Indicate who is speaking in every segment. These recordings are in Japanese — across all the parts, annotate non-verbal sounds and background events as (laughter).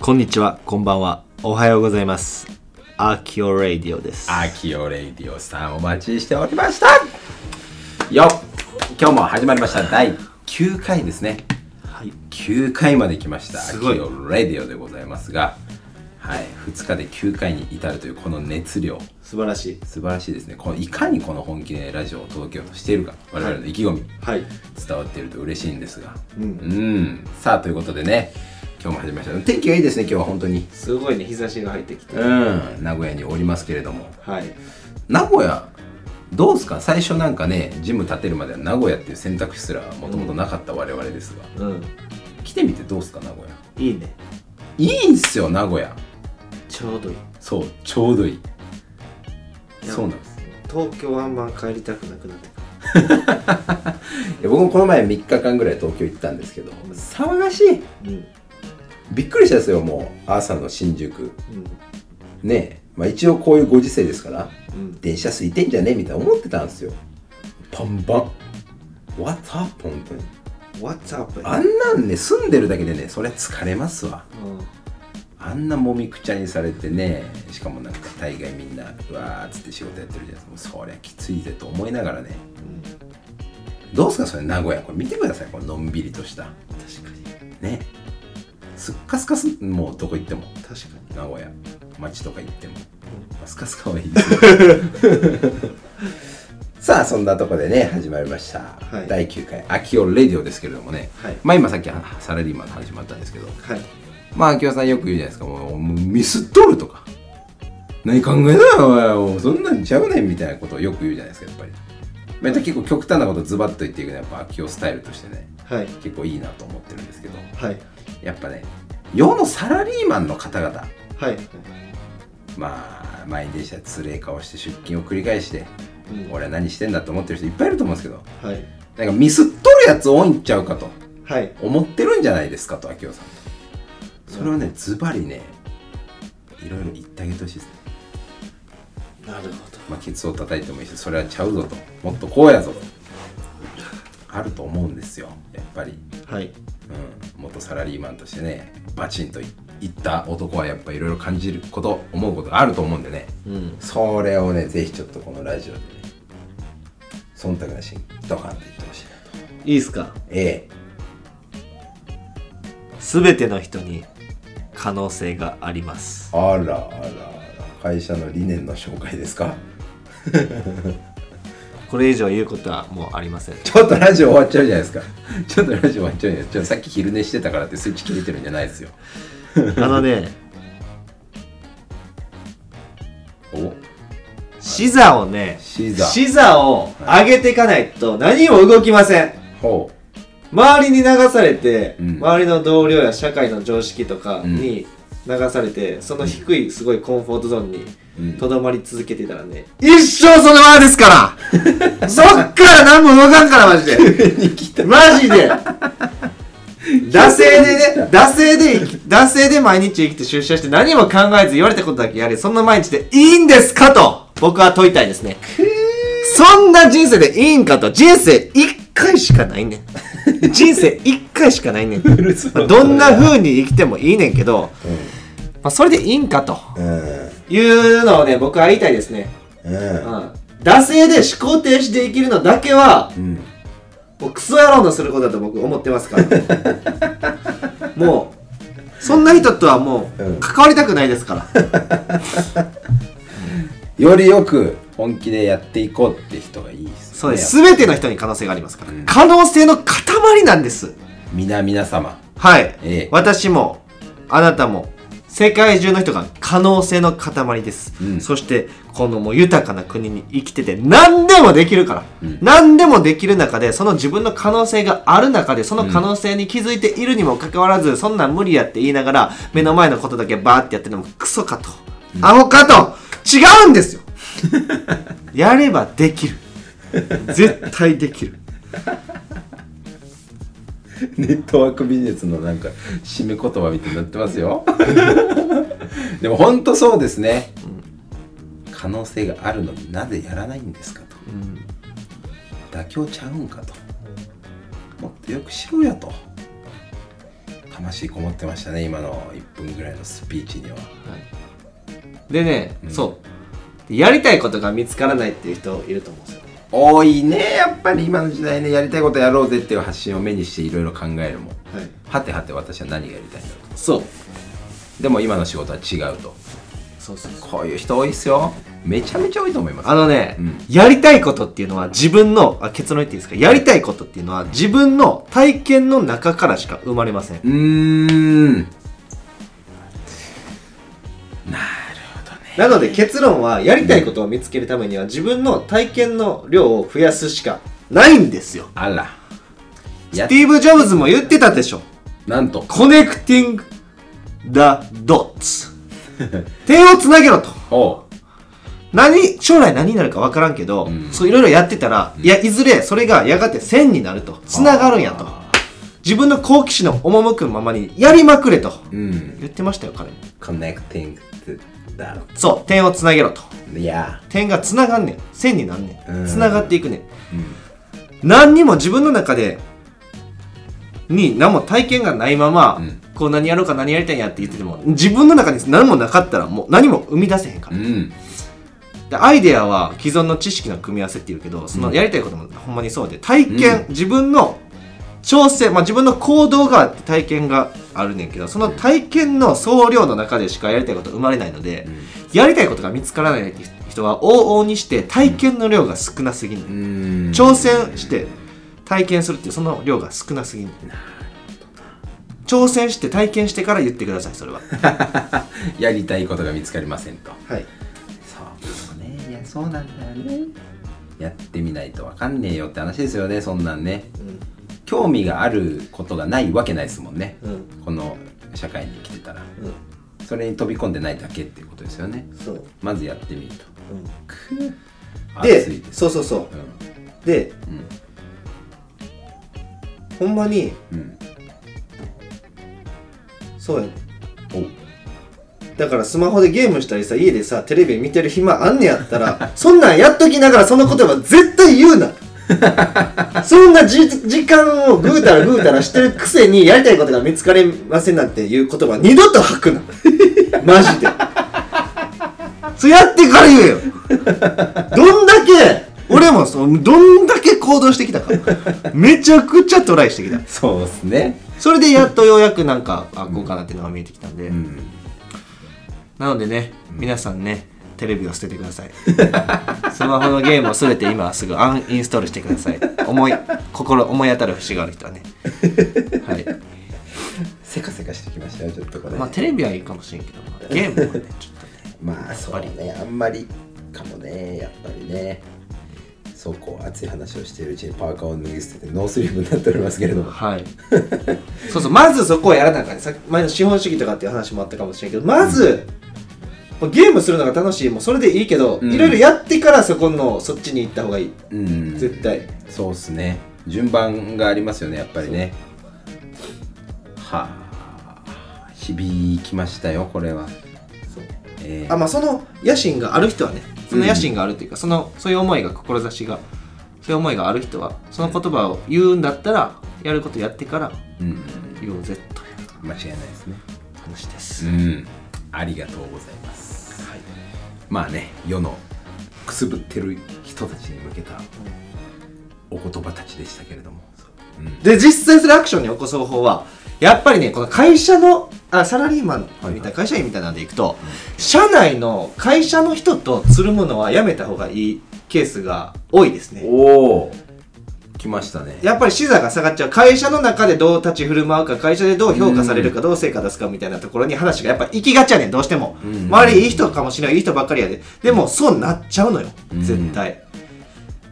Speaker 1: こんにちは、こんばんは、おはようございます。アーキオレイディオです。
Speaker 2: アキオレイディオさんお待ちしておりましたよっ今日も始まりました第9回ですね
Speaker 1: はい、
Speaker 2: 9回まで来ました
Speaker 1: す
Speaker 2: ア
Speaker 1: ごい
Speaker 2: キオレイディオでございますがはい2日で9回に至るというこの熱量
Speaker 1: 素晴らしい。
Speaker 2: 素晴らしいですねこのいかにこの本気でラジオを届けようとしているか我々の意気込み、
Speaker 1: はい、
Speaker 2: 伝わっていると嬉しいんですが
Speaker 1: うん
Speaker 2: んさあということでね今日も始めました天気がいいですね今日は本当に
Speaker 1: すごいね、日差しが入ってきて。
Speaker 2: うん名古屋におりますけれども
Speaker 1: はい、
Speaker 2: 名古屋どうですか最初なんかねジム建てるまでは名古屋っていう選択肢すらもともとなかった我々ですが、
Speaker 1: うん、
Speaker 2: 来てみてどうですか名古屋
Speaker 1: いいね、
Speaker 2: いいんすよ名古屋
Speaker 1: ちょうどいい。
Speaker 2: そうちょうどいい
Speaker 1: いや
Speaker 2: そうなんです
Speaker 1: 東京はあんま帰りたくなくなって
Speaker 2: いや僕もこの前3日間ぐらい東京行ったんですけど騒がしい
Speaker 1: うん、うん、
Speaker 2: びっくりしたんですよもう朝の新宿ねえ、まあ、一応こういうご時世ですから
Speaker 1: うん、
Speaker 2: 電車空いてんじゃねえみたいな思ってたんですよパンパン What's up 本当に
Speaker 1: What's up?
Speaker 2: あんなんね住んでるだけでねそれ疲れますわ
Speaker 1: うん、
Speaker 2: あんなもみくちゃにされてねしかもなんか大概みんなうわーっつって仕事やってるじゃないですかもうそりゃきついぜと思いながらね
Speaker 1: うん、
Speaker 2: どうすかそれ名古屋これ見てくださいこののんびりとした
Speaker 1: 確かに、
Speaker 2: ねすっかすかすもうどこ行っても
Speaker 1: 確か
Speaker 2: 名古屋街とか行っても、
Speaker 1: ん
Speaker 2: まあ、スカスカはいいですよ
Speaker 1: (laughs)
Speaker 2: さあそんなとこでね始まりました、
Speaker 1: はい
Speaker 2: 第9回「アキオレディオ」ですけれどもね、
Speaker 1: はい
Speaker 2: まあ今さっきはサラリーマンの話もあったんですけど
Speaker 1: に。はい、
Speaker 2: まあ、秋葉さんよく言うじゃないですか、もう、もうミスっとるとか。何考えなよ、お前。そんなんちゃうねんみたいなことをよく言うじゃないですか、やっぱり。また結構極端なことをズバッと言っていくのは、やっぱ秋夫スタイルとしてね、
Speaker 1: はい、
Speaker 2: 結構いいなと思ってるんですけど、
Speaker 1: はい、
Speaker 2: やっぱね、世のサラリーマンの方々、
Speaker 1: はい、
Speaker 2: まあ、満員電車でつれえ顔して出勤を繰り返して、
Speaker 1: うん、
Speaker 2: 俺は何してんだと思ってる人いっぱいいると思うんですけど、
Speaker 1: はい、
Speaker 2: なんかミスっとるやつ多いんちゃうかと
Speaker 1: はい、
Speaker 2: 思ってるんじゃないですかと、秋夫さん。それはね、ズバリね、いろいろ言ってあげてほしいですね。
Speaker 1: なるほど。
Speaker 2: まあ、ケツを叩いてもいいしそれはちゃうぞともっとこうやぞとあると思うんですよやっぱり、
Speaker 1: はい、
Speaker 2: うん、元サラリーマンとしてねバチンといいった男はやっぱいろいろ感じること思うことがあると思うんでね
Speaker 1: うん、
Speaker 2: それをねぜひちょっとこのラジオでね忖度なしにドカンと言ってほしいない
Speaker 1: いっすか。
Speaker 2: とええ
Speaker 1: すべての人に可能性があります。
Speaker 2: あらあらあら会社の理念の紹介ですか
Speaker 1: これ以上言うことはもうありません。
Speaker 2: ちょっとラジオ終わっちゃうじゃないですかちょっとラジオ終わっちゃうじゃないですかちょっとさっき昼寝してたからってスイッチ切れてるんじゃないですよ
Speaker 1: あの
Speaker 2: (laughs)
Speaker 1: ね、
Speaker 2: お
Speaker 1: 視座をね、
Speaker 2: シザ
Speaker 1: 視座を上げていかないと何も動きません。
Speaker 2: ほ
Speaker 1: 周りに流されて、
Speaker 2: うん
Speaker 1: 周りの同僚や社会の常識とかに流されて、その低いすごいコンフォートゾーン
Speaker 2: う、う
Speaker 1: にとどまり続けてたらね、一生そのままですから
Speaker 2: (laughs)
Speaker 1: そっから何も動かんからマジでマジで (laughs) 惰性でね、惰性で (laughs) 生き、惰性で毎日生きて出社して何も考えず言われたことだけやり、そんな毎日でいいんですかと、僕は問いたいですね。そんな人生でいいんかと、人生一回しかないねん。人生一回しかないねん。 (laughs)
Speaker 2: るさい
Speaker 1: まあどんな風に生きてもいいねんけど、
Speaker 2: う
Speaker 1: まあ、それでいいんかと
Speaker 2: んうん
Speaker 1: いうのをね、僕は言いたいですね。うん。
Speaker 2: う
Speaker 1: 惰性で思考停止で生きるのだけは、
Speaker 2: ん
Speaker 1: もうクソ野郎のすることだと僕思ってますから。もう、そんな人とはも
Speaker 2: う
Speaker 1: うん関わりたくないですから。
Speaker 2: よりよく本気でやっていこうって人がいいです、ね、
Speaker 1: そうです。すべての人に可能性がありますから
Speaker 2: うん。
Speaker 1: 可能性の塊なんです。
Speaker 2: 皆皆様
Speaker 1: はい。
Speaker 2: ええ
Speaker 1: 私も、あなたも、世界中の人が可能性の塊です。
Speaker 2: うん
Speaker 1: そして、このもう豊かな国に生きてて、何でもできるから。
Speaker 2: うん
Speaker 1: 何でもできる中で、その自分の可能性がある中で、その可能性に気づいているにもかかわらず、そんなん無理やって言いながら、目の前のことだけバーってやってるのもクソかと。アホかと違うんですよやればできる。絶対できる。
Speaker 2: ネットワークビジネスのなんか締め言葉みたいになってますよ (laughs) でも本当そうですね、可能性があるのになぜやらないんですかと
Speaker 1: うん
Speaker 2: 妥協ちゃうんかともっとよくしろやと魂こもってましたね今の1分ぐらいのスピーチには
Speaker 1: でね、
Speaker 2: うん
Speaker 1: そうやりたいことが見つからないっていう人いると思うんですよ
Speaker 2: 多いねやっぱり今の時代ねやりたいことやろうぜっていう発信を目にしていろいろ考えるもん
Speaker 1: はい
Speaker 2: はてはて私は何がやりたいんだろ
Speaker 1: そう
Speaker 2: うでも今の仕事は違うと
Speaker 1: そうそうそう
Speaker 2: こういう人多いっすよめちゃめちゃ多いと思います
Speaker 1: あのね、
Speaker 2: うん
Speaker 1: やりたいことっていうのは自分のあ結論言っていいですかやりたいことっていうのは自分の体験の中からしか生まれません
Speaker 2: うーんなる
Speaker 1: なので結論はやりたいことを見つけるためには自分の体験の量を増やすしかないんですよ
Speaker 2: あらや
Speaker 1: スティーブ・ジョブズも言ってたでしょ
Speaker 2: なんと
Speaker 1: コネクティング・ダ・ドッ (laughs) ツ点をつなげろと
Speaker 2: おう
Speaker 1: 何将来何になるか分からんけど、
Speaker 2: うん
Speaker 1: そういろいろやってたら、いやいずれそれがやがて線になるとつながるんやと
Speaker 2: あ
Speaker 1: 自分の好奇心の赴くままにやりまくれと
Speaker 2: ーうん
Speaker 1: 言ってましたよ彼も
Speaker 2: コネクティングだ
Speaker 1: そう点をつなげろと
Speaker 2: いや
Speaker 1: 点がつながんねん線になんね
Speaker 2: うん
Speaker 1: んつながっていくねん
Speaker 2: うん
Speaker 1: 何にも自分の中でに何も体験がないまま、
Speaker 2: うん
Speaker 1: こう何やろうか何やりたいんやって言ってても自分の中に何もなかったらもう何も生み出せへんか
Speaker 2: う
Speaker 1: ら、
Speaker 2: ん
Speaker 1: でアイデアは既存の知識の組み合わせっていうけどそのやりたいこともほんまにそうで体験、
Speaker 2: う
Speaker 1: 自分の調整、まあ、自分の行動があって体験があるねんけどその体験の総量の中でしかやりたいこと生まれないので、やりたいことが見つからないって人は往々にして体験の量が少なすぎる、
Speaker 2: うん
Speaker 1: 挑戦して体験するっていうその量が少なすぎる挑戦して体験してから言ってくださいそれは
Speaker 2: やりたいことが見つかりませんと
Speaker 1: はい
Speaker 2: そうねいやそうなんだよねやってみないとわかんねえよって話ですよねそんなんね興味があることがないわけないですもんね
Speaker 1: うんうん
Speaker 2: この社会に生きてたらそれに飛び込んでないだけっていうことですよね
Speaker 1: そう、
Speaker 2: まずやってみると熱い
Speaker 1: で
Speaker 2: です
Speaker 1: そうそうそううで
Speaker 2: ん
Speaker 1: ほんまに
Speaker 2: うん
Speaker 1: そうやね
Speaker 2: うん
Speaker 1: だからスマホでゲームしたりさ家でさテレビ見てる暇あんねやったら (laughs) そんなんやっときながらその言葉絶対言うな (laughs) そんなじ時間をぐうたらぐうたらしてるくせにやりたいことが見つかりませんなんていう言葉二度と吐くな (laughs) マジでそうやってから言えよどんだけ俺もそうどんだけ行動してきたかめちゃくちゃトライしてきた
Speaker 2: おそうですね
Speaker 1: それでやっとようやくなんかあこうかなっていうのが見えてきたんで、
Speaker 2: うん
Speaker 1: なのでね、皆さんね、テレビを捨ててください。スマホのゲームをすべて今はすぐアンインストールしてください。思い、心、思い当たる節がある人はね。はい。
Speaker 2: せかせかしてきましたよちょっとこれ
Speaker 1: まあ、テレビはいいかもしれんけど、まあゲームはね、ちょっとね。
Speaker 2: まあそうねあんまりかもねやっぱりねそうこう熱い話をしているうちにパーカーを脱ぎ捨ててノースリーブになっておりますけれども
Speaker 1: はい。そうそう、まずそこをやらなあかんねさっき前の資本主義とかっていう話もあったかもしれんけど、まず、もうゲームするのが楽しい、もうそれでいいけど、
Speaker 2: うん
Speaker 1: いろいろやってからそこの、そっちに行った方がいい。
Speaker 2: うん
Speaker 1: 絶対。
Speaker 2: そうっすね順番がありますよねやっぱりねはあ響きましたよこれは
Speaker 1: そう
Speaker 2: えー
Speaker 1: あまあその野心がある人はねその野心があるというか、そのそういう思いが志がそういう思いがある人はその言葉を言うんだったらやることやってから
Speaker 2: うん
Speaker 1: 言おうぜとい
Speaker 2: 間違いないですね
Speaker 1: う話です、
Speaker 2: うんありがとうございます
Speaker 1: はい
Speaker 2: まあね世のくすぶってる人たちに向けたお言葉たちでしたけれどもうん
Speaker 1: で実際するアクションに起こす方法はやっぱりねこの会社のあサラリーマンみたいな、
Speaker 2: はいはい
Speaker 1: 会社員みたいなんでいくと、社内の会社の人とつるむのはやめた方がいいケースが多いですね
Speaker 2: おお来ましたね
Speaker 1: やっぱり視座が下がっちゃう会社の中でどう立ち振る舞うか会社でどう評価されるかどう成果出すかみたいなところに話がやっぱ行きがちやねんどうしても、
Speaker 2: うん
Speaker 1: 周りいい人かもしれないいい人ばっかりやででもそうなっちゃうのよ
Speaker 2: うん
Speaker 1: 絶対、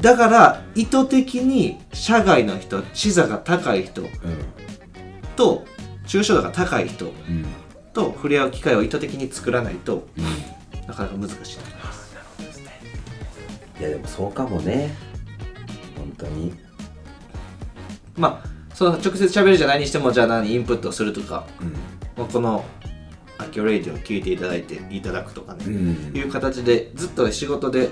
Speaker 1: だから意図的に社外の人視座が高い人
Speaker 2: う
Speaker 1: と抽象度が高い人
Speaker 2: んうん
Speaker 1: と触れ合う機会を意図的に作らないと
Speaker 2: うん
Speaker 1: なかなか難しいな
Speaker 2: やでもそうかもね本当に
Speaker 1: まあその直接喋るじゃないにしてもじゃあ何インプットするとかまあこの「アキオレイディ」を聞いていただいていただくとかね、
Speaker 2: ん
Speaker 1: いう形でずっと仕事で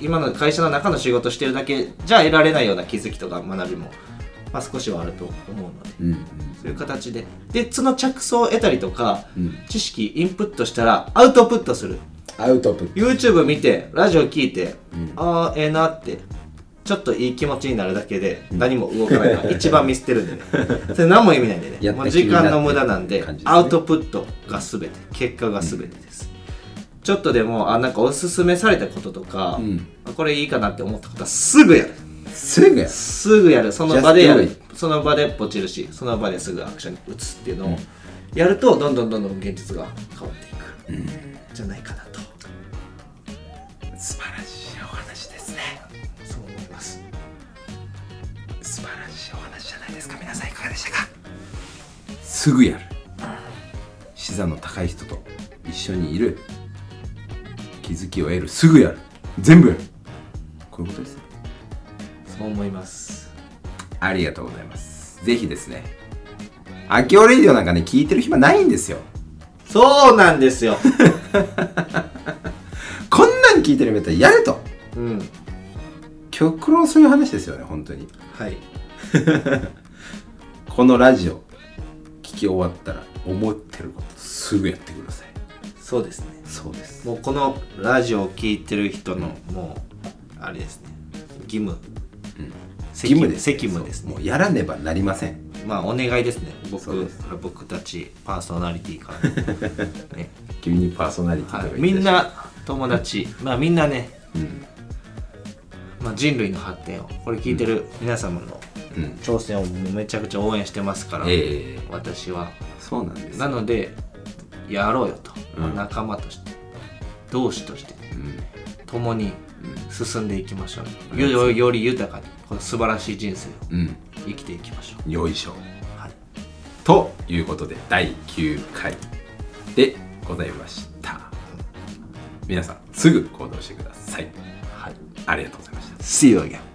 Speaker 1: 今の会社の中の仕事してるだけじゃ得られないような気づきとか学びもまあ、少しはあると思うので
Speaker 2: うん
Speaker 1: そういう形ででその着想を得たりとか
Speaker 2: うん
Speaker 1: 知識インプットしたらアウトプットする
Speaker 2: アウトプット
Speaker 1: YouTube 見てラジオ聞いて、
Speaker 2: うん
Speaker 1: ああええなってちょっといい気持ちになるだけで何も動かない
Speaker 2: (laughs)
Speaker 1: から、一番見捨てるんでねそれ何も意味ないんでね
Speaker 2: やっ
Speaker 1: も
Speaker 2: た
Speaker 1: う
Speaker 2: 気
Speaker 1: 時
Speaker 2: になって
Speaker 1: 間の無駄なんで
Speaker 2: 感じですね
Speaker 1: アウトプットが全て結果が全てです、ちょっとでもあなんかおすすめされたこととか、
Speaker 2: うん
Speaker 1: あこれいいかなって思ったことはすぐやる
Speaker 2: すぐや
Speaker 1: すぐやるその場でや
Speaker 2: Just
Speaker 1: る
Speaker 2: do
Speaker 1: その場でポチるしその場ですぐアクションに移すっていうの
Speaker 2: う
Speaker 1: を
Speaker 2: ん
Speaker 1: やるとどんどんどんどん現実が変わっていく、じゃないかなと
Speaker 2: 素晴らしいお話ですね
Speaker 1: そう思います
Speaker 2: 素晴らしいお話じゃないですか皆さんいかがでしたかすぐやる資産の高い人と一緒にいる気づきを得るすぐやる全部やるこういうことです
Speaker 1: そう思います
Speaker 2: ありがとうございますぜひですね秋オレイディオなんかね聞いてる暇ないんですよ
Speaker 1: そうなんです (laughs) よ
Speaker 2: こんなん聞いてるんだったらやれと
Speaker 1: うん
Speaker 2: 極論そういう話ですよね本当に
Speaker 1: はい
Speaker 2: このラジオ聞き終わったら思ってることすぐやってください
Speaker 1: そうですね
Speaker 2: そうです
Speaker 1: もうこのラジオを聞いてる人の、もうあれですね義務、責務
Speaker 2: ね
Speaker 1: 責務です
Speaker 2: そう
Speaker 1: ね
Speaker 2: もうやらねばなりません
Speaker 1: まあお願いですね
Speaker 2: そう
Speaker 1: 僕
Speaker 2: です
Speaker 1: 僕たちパーソナリティ (laughs) から、ね
Speaker 2: 急にパーソナリティとか
Speaker 1: は
Speaker 2: 言
Speaker 1: い、
Speaker 2: い出
Speaker 1: み
Speaker 2: して
Speaker 1: ん、な友達まあみんなね、
Speaker 2: うん
Speaker 1: まあ、人類の発展をこれ聞いてる皆様の
Speaker 2: うん、
Speaker 1: 挑戦をもうめちゃくちゃ応援してますから、
Speaker 2: ええ
Speaker 1: 私は
Speaker 2: そうなんです
Speaker 1: なのでやろうよと、
Speaker 2: うん
Speaker 1: 仲間として同志として
Speaker 2: うん
Speaker 1: 共に進んでいきましょうよよより豊かにこの素晴らしい人生を
Speaker 2: うん
Speaker 1: 生きていきましょう、
Speaker 2: よいしょ
Speaker 1: はい、
Speaker 2: ということで第9回でございました皆さんすぐ行動してください
Speaker 1: はい、
Speaker 2: ありがとうございました
Speaker 1: See you again